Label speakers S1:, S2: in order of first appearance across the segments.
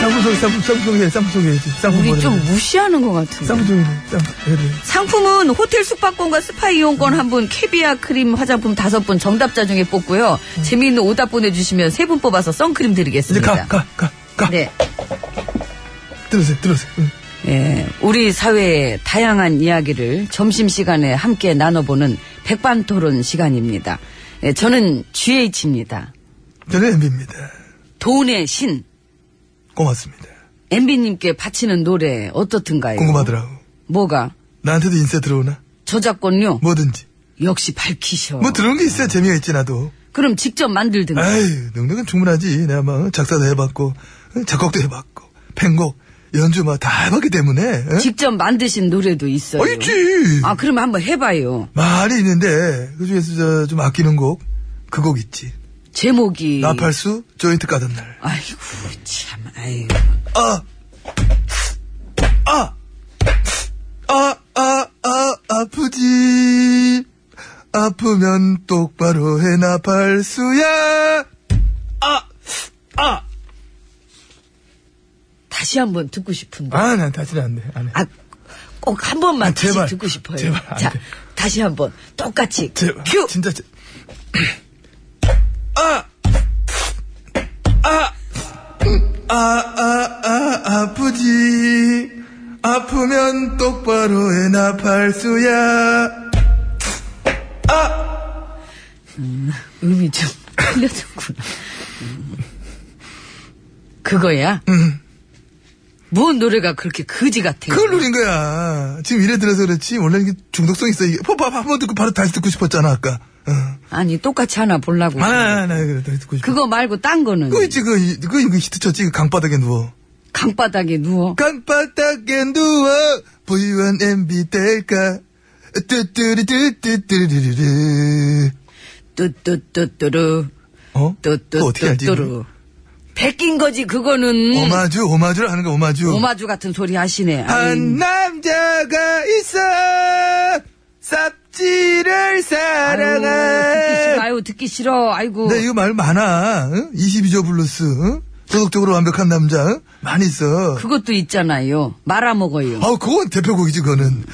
S1: 쌍둥이 소리, 쌍둥이 쌍둥이 쌍둥이 쌍둥이
S2: 우리 좀 무시하는 것 같은데.
S1: 쌍둥이 쌍둥이
S2: 상품은 호텔 숙박권과 스파 이용권 한 분, 캐비아 크림 화장품 다섯 분 정답자 중에 뽑고요. 재미있는 오답 보내주시면 세 분 뽑아서 선크림
S1: 이제
S2: 드리겠습니다.
S1: 가 가 가 가
S2: 네.
S1: 들으세요 들으세요 응.
S2: 예, 우리 사회의 다양한 이야기를 점심시간에 함께 나눠보는 백반토론 시간입니다. 예, 저는 GH입니다.
S1: 저는 MB입니다
S2: 돈의 신,
S1: 고맙습니다
S2: 네. MB님께 바치는 노래 어떻든가요?
S1: 궁금하더라고
S2: 뭐가?
S1: 나한테도 인세 들어오나
S2: 저작권료?
S1: 뭐든지
S2: 역시 밝히셔.
S1: 뭐 들어온 게 있어야 재미가 있지 나도
S2: 그럼 직접 만들든가.
S1: 아유 능력은 충분하지 내가 막 작사도 해봤고 응, 작곡도 해봤고 팬곡 연주 막 다 해봤기 때문에 응?
S2: 직접 만드신 노래도 있어요.
S1: 어 있지
S2: 아, 그럼 한번 해봐요.
S1: 많이 있는데 그중에서 저, 좀 아끼는 곡 그 곡 있지
S2: 예. 제목이.
S1: 나팔수 조인트 까던 날
S2: 아이고, 참, 아이고.
S1: 아, 아, 아, 아, 아, 아프지. 아프면 똑바로 해나 팔수야. 아,
S2: 다시 한번 듣고 싶은데.
S1: 아, 난 다시는 안 돼. 안 해.
S2: 아, 꼭 한 번만
S1: 아, 제발.
S2: 다시 듣고 싶어요.
S1: 제발, 안
S2: 자,
S1: 돼.
S2: 다시 한 번. 똑같이.
S1: 제,
S2: 큐!
S1: 아, 진짜, 제, 아, 아, 아, 아, 아프지. 아프면 똑바로 해나 팔수야.
S2: 음이 좀 흘려졌구나. 음. 그거야? 뭔 노래가 그렇게 그지 같아?
S1: 음. 그걸 노린 거야. 지금 이래 들어서 그렇지. 원래 이게 중독성 있어. 이게 팝팝 한번 듣고 바로 다시 듣고 싶었잖아, 아까. 어.
S2: 아니, 똑같이 하나 보려고.
S1: 아, 나, 나, 그래. 다시 듣고 싶어.
S2: 그거 말고 딴 거는.
S1: 그거 있지, 그거, 이- 그거, 이거 히트쳤지. 그 강바닥에 누워.
S2: 강바닥에 누워.
S1: 강바닥에 누워. V1 MB 될까? 뚜뚜리뚜뚜뚜리르르.
S2: 뚜뚜뚜뚜루.
S1: 어? 그거 어떻게 알지?
S2: 뚜뚜뚜뚜루. 베낀 거지, 그거는.
S1: 오마주, 오마주를 하는 거, 오마주.
S2: 오마주 음. 같은 소리 하시네.
S1: 한 남자가 있어.
S2: 그
S1: 쌉지를
S2: 듣기
S1: 사랑해.
S2: 싫어. 아유, 듣기 싫어. 아이고.
S1: 네, 이거 말 많아. 22조 블루스. 응? 도덕적으로 완벽한 남자. 응? 많이 있어.
S2: 그것도 있잖아요. 말아먹어요.
S1: 아우, 그건 대표곡이지, 그거는.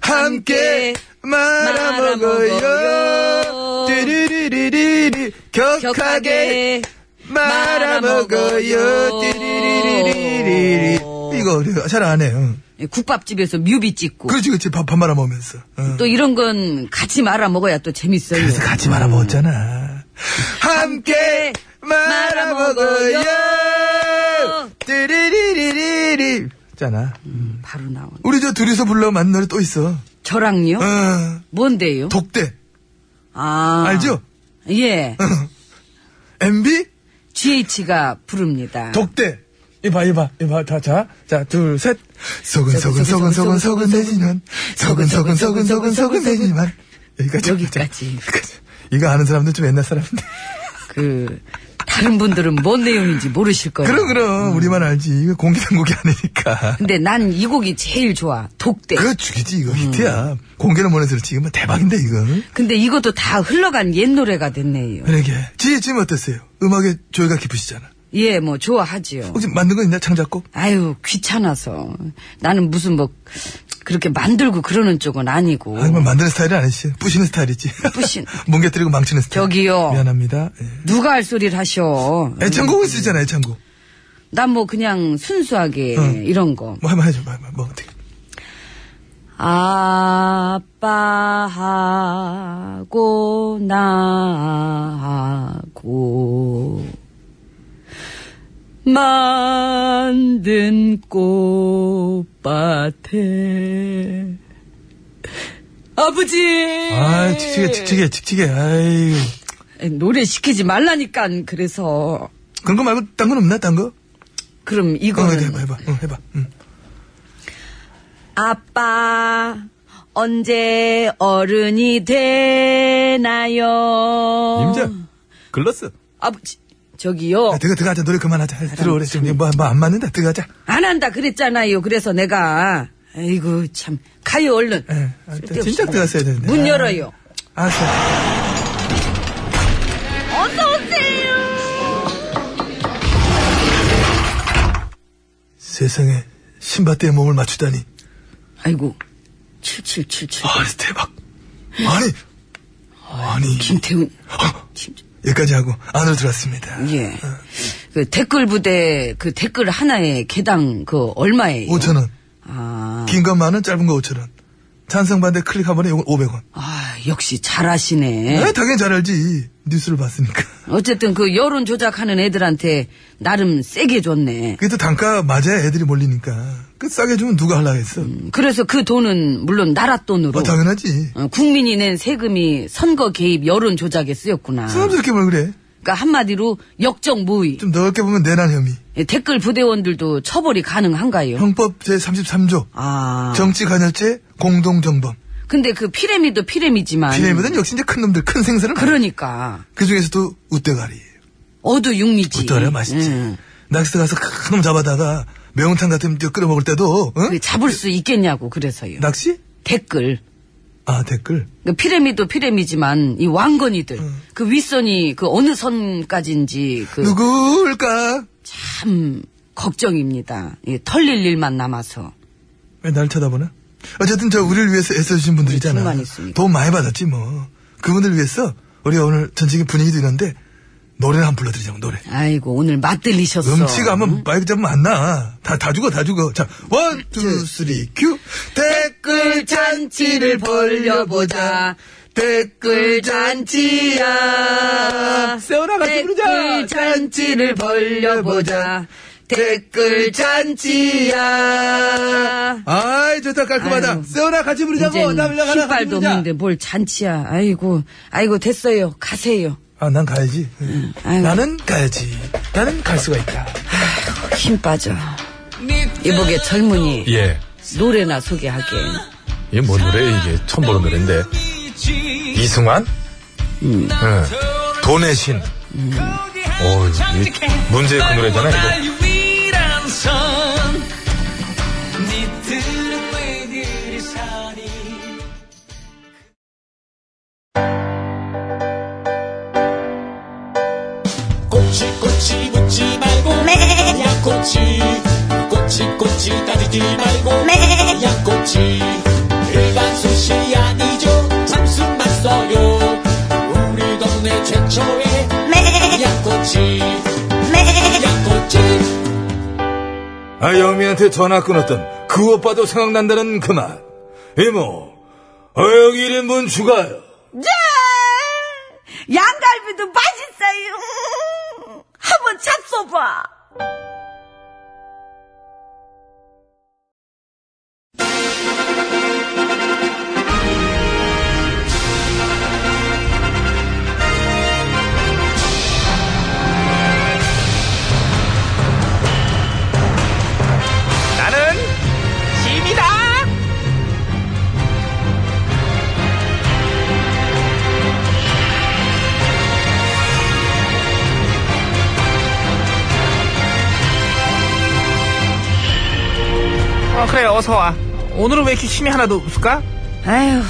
S1: 함께 말아먹어요.
S2: 말아먹어요.
S1: 띠리리리리리. 격하게
S2: 격하게
S1: 말아먹어요.
S2: 말아먹어요.
S1: 띠리리리리리. 이거 잘 안 해. 응.
S2: 예, 국밥집에서 뮤비 찍고.
S1: 그렇지, 그렇지. 밥, 밥 말아먹으면서. 응.
S2: 또 이런 건 같이 말아먹어야 또 재밌어요.
S1: 그래서 같이 말아먹었잖아. 함께 말아먹어요. 띠리리리리리. 있잖아.
S2: 음, 바로 나오네.
S1: 우리 저 둘이서 불러 만난 노래 또 있어.
S2: 저랑요?
S1: 어,
S2: 뭔데요?
S1: 독대.
S2: 아.
S1: 알죠? 어.
S2: 예.
S1: MB?
S2: GH가 부릅니다.
S1: 독대. 이봐, 이봐, 이봐, 다, 자, 자, 둘, 셋. 속은,
S2: 속은,
S1: 속은, 속은, 속은,
S2: 속은,
S1: 속은, 내지만. 속은, 속은, 속은, 속은, 속은, 내지만. 여기까지.
S2: 여기까지.
S1: 이거 아는 사람들 좀 옛날 사람인데.
S2: 그, 다른 분들은 뭔 내용인지 모르실 거예요.
S1: 그럼, 그럼. 우리만 알지. 이거 공개된 곡이 아니니까.
S2: 근데 난 이 곡이 제일 좋아. 독대.
S1: 그거 죽이지, 이거 히트야. 공개는 못해서 그렇지. 이거 뭐 대박인데, 이거.
S2: 근데 이것도 다 흘러간 옛 노래가 됐네요.
S1: 그러게. 지혜, 지금 어땠어요? 음악에 조예가 깊으시잖아.
S2: 예, 뭐, 좋아하지요.
S1: 혹시 만든 거 있나, 창작곡?
S2: 아유, 귀찮아서. 나는 무슨 뭐, 그렇게 만들고 그러는 쪽은 아니고.
S1: 아, 정말 만드는 스타일은 아니시죠? 부시는 스타일이지.
S2: 부신.
S1: 뭉개뜨리고 망치는 스타일.
S2: 저기요. 음.
S1: 미안합니다. 예.
S2: 누가 할 소리를 하셔.
S1: 애창곡은 쓰잖아요, 애창곡.
S2: 난 뭐 그냥 순수하게
S1: 응.
S2: 이런 거.
S1: 뭐 한번 해줘, 뭐, 뭐, 뭐 어떻게?
S2: 아빠하고 나하고 만든 꽃밭에 아버지
S1: 아, 직치게, 직치게, 직치게. 아이,
S2: 노래 시키지 말라니까 그래서
S1: 그런 거 말고 딴 건 없나? 딴 거?
S2: 그럼
S1: 어,
S2: 이거는
S1: 해봐, 해봐, 응, 해봐. 응.
S2: 아빠, 언제 어른이 되나요?
S3: 임자 글렀어.
S2: 아버지, 저기요.
S1: 야, 들어가, 들어가자. 노래 그만하자.
S2: 아,
S1: 들어오래. 지금 뭐, 뭐안 맞는다. 들어가자.
S2: 안 한다 그랬잖아요. 그래서 내가. 아이고, 참. 가요, 얼른.
S1: 예. 아, 진작 들어갔어야 되는데.
S2: 문
S1: 아,
S2: 열어요.
S1: 알았어. 세상에 신밧대에 몸을 맞추다니.
S2: 아이고, 7777.
S1: 아, 대박. 아니, 아니.
S2: 김태훈.
S1: 아,
S2: 진-
S1: 여기까지 하고 안으로 들어왔습니다.
S2: 예. 그 댓글 부대, 그 댓글 하나에 개당 그 얼마예요?
S1: 5천 원.
S2: 아,
S1: 긴 건 만 원, 짧은 거 5천 원. 찬성 반대 클릭 한 번에 이건 500원.
S2: 아, 역시 잘하시네.
S1: 네, 당연히 잘 알지. 뉴스를 봤으니까.
S2: 어쨌든 그 여론 조작하는 애들한테 나름 세게 줬네.
S1: 그게 또 단가 맞아야 애들이 몰리니까. 그 싸게 주면 누가 하려고 했어.
S2: 그래서 그 돈은 물론 나라 돈으로
S1: 뭐 당연하지.
S2: 어, 국민이 낸 세금이 선거 개입 여론 조작에 쓰였구나.
S1: 사람스럽게 뭘 그래.
S2: 그러니까 한마디로 역정 무위.
S1: 좀 넓게 보면 내란 혐의.
S2: 예, 댓글 부대원들도 처벌이 가능한가요?
S1: 네. 형법 제33조.
S2: 아.
S1: 정치 간열죄 공동정범.
S2: 근데 그 피레미도 피레미지만
S1: 비례미는 역시 이제 큰 놈들, 큰 생선을. 그,
S2: 그러니까
S1: 중에서도 우대가리.
S2: 어두 육미지.
S1: 우대가리 맛있지.
S2: 음.
S1: 낚시 가서 큰 놈 잡아다가 매운탕 같은 거 끓여 먹을 때도, 응?
S2: 그 잡을 수 있겠냐고 그래서요.
S1: 낚시?
S2: 댓글.
S1: 아, 댓글.
S2: 그 피레미도 피레미지만 이 왕건이들
S1: 음.
S2: 그 윗선이 그 어느 선까지인지 그
S1: 누굴까?
S2: 참 걱정입니다. 예, 털릴 일만 남아서.
S1: 왜 날 쳐다보나? 어쨌든 저 우리를 위해서 애써주신 분들이잖아.
S2: 불만 네, 있으니까.
S1: 돈 많이 받았지 뭐. 그분들 위해서 우리가 오늘 전체적인 분위기도 있는데 노래를 한번 불러드리자고 노래.
S2: 아이고 오늘 맛들리셨어.
S1: 음치가 뭐- 하면 마이크 잡으면 안 나. 다, 다 죽어, 다 죽어. 자, 원,
S2: 네.
S1: 투, 쓰리, 큐. 댓글 잔치를 벌려보자. 댓글 잔치야.
S3: 세훈아 같이 부르자.
S2: 댓글 잔치를 벌려보자. 댓글 잔치야.
S1: 아이, 좋다, 깔끔하다.
S2: 아유.
S1: 세훈아 같이 부르자고.
S2: 이젠
S1: 나 올라가라. 같이
S2: 신발도
S1: 부르자.
S2: 없는데 뭘 잔치야. 아이고 아이고 됐어요. 가세요.
S1: 아, 난 가야지.
S2: 아유.
S1: 나는 가야지. 나는 갈 수가 있다.
S2: 힘 빠져. 이보게 젊은이
S3: 예.
S2: 노래나 소개하게.
S3: 이게 뭔 노래 이게 처음 보는 노래인데 이승환 예. 돈의 신 어우 이 문제의 그 노래잖아요 이거 아 영미한테 전화 끊었던 그 오빠도 생각난다는 그 말 이모 어여기 1인분 추가요
S2: 양갈비도 맛있어요. 한번 잡숴봐.
S4: 나는 짐이다. 어 그래 어서 와. 오늘은 왜 이렇게 힘이 하나도 없을까?
S2: 아휴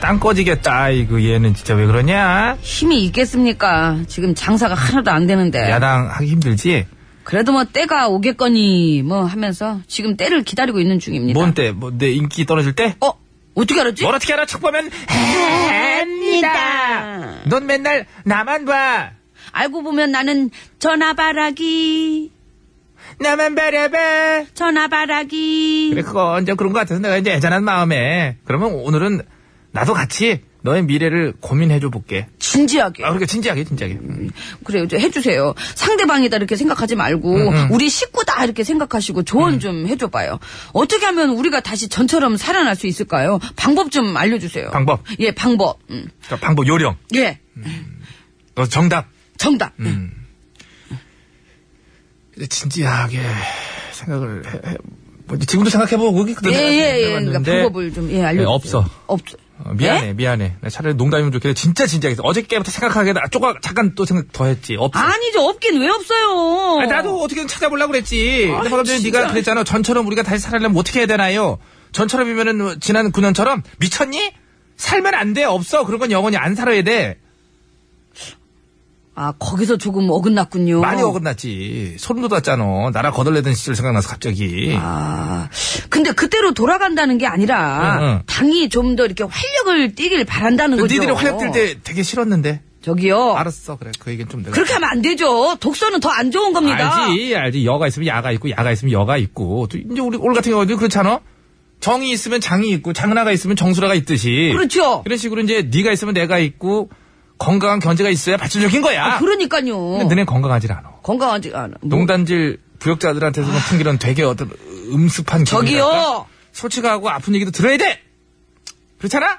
S4: 땅 꺼지겠다. 아이고 얘는 진짜 왜 그러냐?
S2: 힘이 있겠습니까? 지금 장사가 하나도 안 되는데.
S4: 야당 하기 힘들지.
S2: 그래도 뭐 때가 오겠거니 뭐 하면서 지금 때를 기다리고 있는 중입니다.
S4: 뭔 때? 뭐 내 인기 떨어질 때?
S2: 어? 어떻게 알았지?
S4: 뭘 어떻게 알아? 척 보면 합니다. 넌 맨날 나만 봐.
S2: 알고 보면 나는 전화바라기.
S4: 나만 바라봐.
S2: 전화바라기.
S4: 그래 그거 언제 그런 것 같아서 내가 이제 애잔한 마음에 그러면 오늘은 나도 같이 너의 미래를 고민해줘 볼게.
S2: 진지하게.
S4: 아 그러니까 진지하게 진지하게. 음.
S2: 그래요. 이제 해주세요. 상대방이다 이렇게 생각하지 말고
S4: 음,
S2: 우리 식구다 이렇게 생각하시고 조언 좀 해줘봐요. 어떻게 하면 우리가 다시 전처럼 살아날 수 있을까요? 방법 좀 알려주세요.
S4: 방법.
S2: 예, 방법. 음.
S4: 자, 그러니까 방법 요령.
S2: 예,
S4: 어, 정답.
S2: 정답.
S4: 음. 이제 진지하게 생각을 해. 해- 뭐, 지금도 생각해보고 그게
S2: 예,
S4: 그때 내가
S2: 예, 예. 그러니까
S4: 해봤는데
S2: 방법을 좀 예, 알려.
S4: 네, 없어.
S2: 없.
S4: 어, 미안해 미안해. 나 차라리 농담이면 좋겠는데 진짜 진지하게 어저께부터 생각하게 나 조금 잠깐 또 생각 더 했지. 없어.
S2: 아니죠. 없긴 왜 없어요.
S4: 아니, 나도 어떻게든 찾아보려고 그랬지. 근데 방금 전에
S2: 진짜.
S4: 네가 그랬잖아. 전처럼 우리가 다시 살려면 어떻게 해야 되나요? 전처럼이면은 뭐 지난 9년처럼 미쳤니? 살면 안 돼. 없어. 그런 건 영원히 안 살아야 돼.
S2: 아 거기서 조금 어긋났군요.
S4: 많이 어긋났지. 소름 돋았잖아. 나라 거덜내던 시절 생각나서 갑자기.
S2: 아, 근데 그때로 돌아간다는 게 아니라
S4: 응, 응.
S2: 당이 좀 더 이렇게 활력을 띠길 바란다는 거죠.
S4: 니들이 활약 뜰때 되게 싫었는데.
S2: 저기요.
S4: 알았어. 그래. 그 얘기는 좀 내가.
S2: 그렇게 하면 안 되죠. 독서는 더 안 좋은 겁니다.
S4: 알지, 알지. 여가 있으면 야가 있고, 야가 있으면 여가 있고. 또 이제 우리 올 같은 경우도 그렇잖아. 정이 있으면 장이 있고, 장나가 있으면 정수라가 있듯이.
S2: 그렇죠.
S4: 이런 식으로 이제 네가 있으면 내가 있고, 건강한 경제가 있어야 발전적인 거야.
S2: 아, 그러니까요.
S4: 아. 근데 너네 건강하질 않아.
S2: 건강하지 않아. 뭐,
S4: 농단질 부역자들한테서 풍기는 되게 어떤 음습한 기분이랄까?
S2: 아. 저기요.
S4: 솔직하고 아픈 얘기도 들어야 돼. 그렇잖아?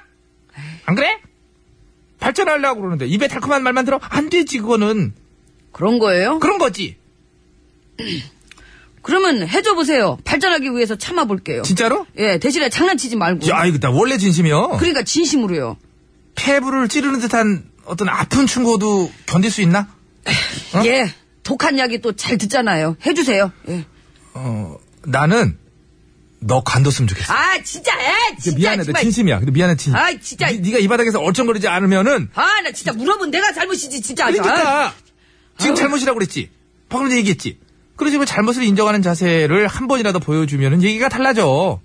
S4: 안 그래? 발전하려고 그러는데 입에 달콤한 말만 들어 안 되지 그거는
S2: 그런 거예요?
S4: 그런 거지
S2: 그, 러면 해줘 보세요. 발전하기 위해서 참아 볼게요.
S4: 진짜로?
S2: 예, 대신에 장난치지 말고.
S4: 야 이거 나 원래 진심이야.
S2: 그러니까 진심으로요.
S4: 폐부를 찌르는 듯한 어떤 아픈 충고도 견딜 수 있나? 어?
S2: 예. 독한 약이 또 잘 듣잖아요. 해주세요. 예.
S4: 어, 나는 너 간뒀으면 좋겠어.
S2: 아, 진짜, 에, 진짜.
S4: 미안해, 나
S2: 정말.
S4: 진심이야. 근데 미안해, 진심.
S2: 아이, 진짜.
S4: 니- 네가 이 바닥에서 얼쩡거리지 않으면은
S2: 아, 나 진짜 물어본 내가 잘못이지, 진짜. 아주. 아,
S4: 그러니까 지금
S2: 아유.
S4: 잘못이라고 그랬지. 방금 전에 얘기했지. 그러지 뭐 잘못을 인정하는 자세를 한 번이라도 보여주면은 얘기가 달라져.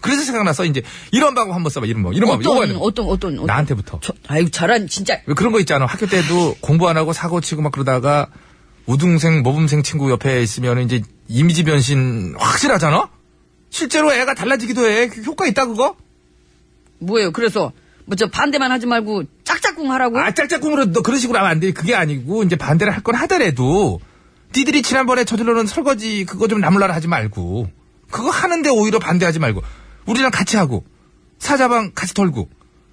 S4: 그래서 생각났어 이제 이런 방법 한번 써봐 이런 방법 이런 방법
S2: 어떤,
S4: 요거는
S2: 어떤, 어떤, 어떤.
S4: 나한테부터
S2: 저, 아유, 잘한, 진짜.
S4: 왜 그런 거 있잖아 학교 때도 공부 안 하고 사고 치고 막 그러다가 우등생 모범생 친구 옆에 있으면 이제 이미지 변신 확실하잖아 실제로 애가 달라지기도 해 효과 있다 그거
S2: 뭐예요, 그래서. 뭐, 저 반대만 하지 말고 짝짝꿍 하라고?
S4: 아, 짝짝꿍으로 너 그런 식으로 하면 안 돼. 그게 아니고, 이제 반대를 할 건 하더라도, 니들이 지난번에 저질러놓은 설거지 그거 좀 나물나라 하지 말고, 그거 하는데 오히려 반대하지 말고, 우리랑 같이 하고, 사자방 같이 털고,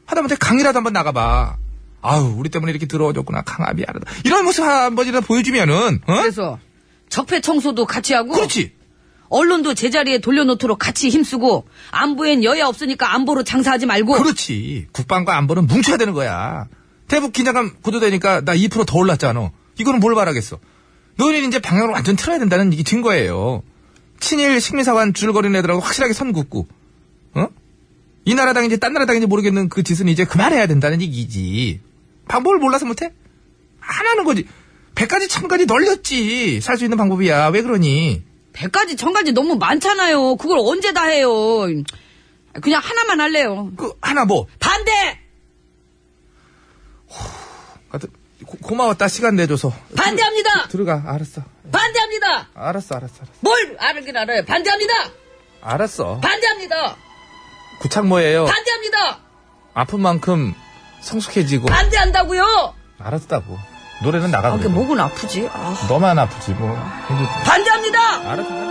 S4: 하다못해 강이라도 한번 나가봐. 아우, 우리 때문에 이렇게 더러워졌구나. 강아, 미안하다. 이런 모습 한 번이라도 보여주면은, 어?
S2: 그래서. 적폐 청소도 같이 하고.
S4: 그렇지.
S2: 언론도 제자리에 돌려놓도록 같이 힘쓰고. 안보엔 여야 없으니까 안보로 장사하지 말고.
S4: 그렇지. 국방과 안보는 뭉쳐야 되는 거야. 대북 긴장감 고조되니까 나 2%더 올랐잖아. 이거는 뭘 바라겠어. 너희는 이제 방향을 완전 틀어야 된다는 이게 증거예요. 친일 식민사관 줄거리는 애들하고 확실하게 선 긋고, 어? 이 나라 당인지 딴 나라 당인지 모르겠는 그 짓은 이제 그만해야 된다는 얘기지. 방법을 몰라서 못해? 안 하는 거지. 100가지, 1000가지 널렸지. 살 수 있는 방법이야. 왜 그러니?
S2: 백가지천가지 너무 많잖아요. 그걸 언제 다 해요. 그냥 하나만 할래요.
S4: 그, 하나 뭐.
S2: 반대!
S4: 하여튼 고- 고마웠다. 시간 내줘서.
S2: 반대합니다!
S4: 들어가. 알았어.
S2: 반대합니다!
S4: 알았어, 알았어, 알았어.
S2: 뭘 알긴 알아요. 반대합니다!
S4: 알았어.
S2: 반대합니다!
S4: 구창모예요.
S2: 반대합니다!
S4: 아픈 만큼 성숙해지고
S2: 반대한다고요! 그
S4: 알았다고. 노래는 나가고.
S2: 아, 이게 목은 아프지? 아,
S4: 너만 아프지 뭐.
S2: 반대합니다!
S4: 알았어.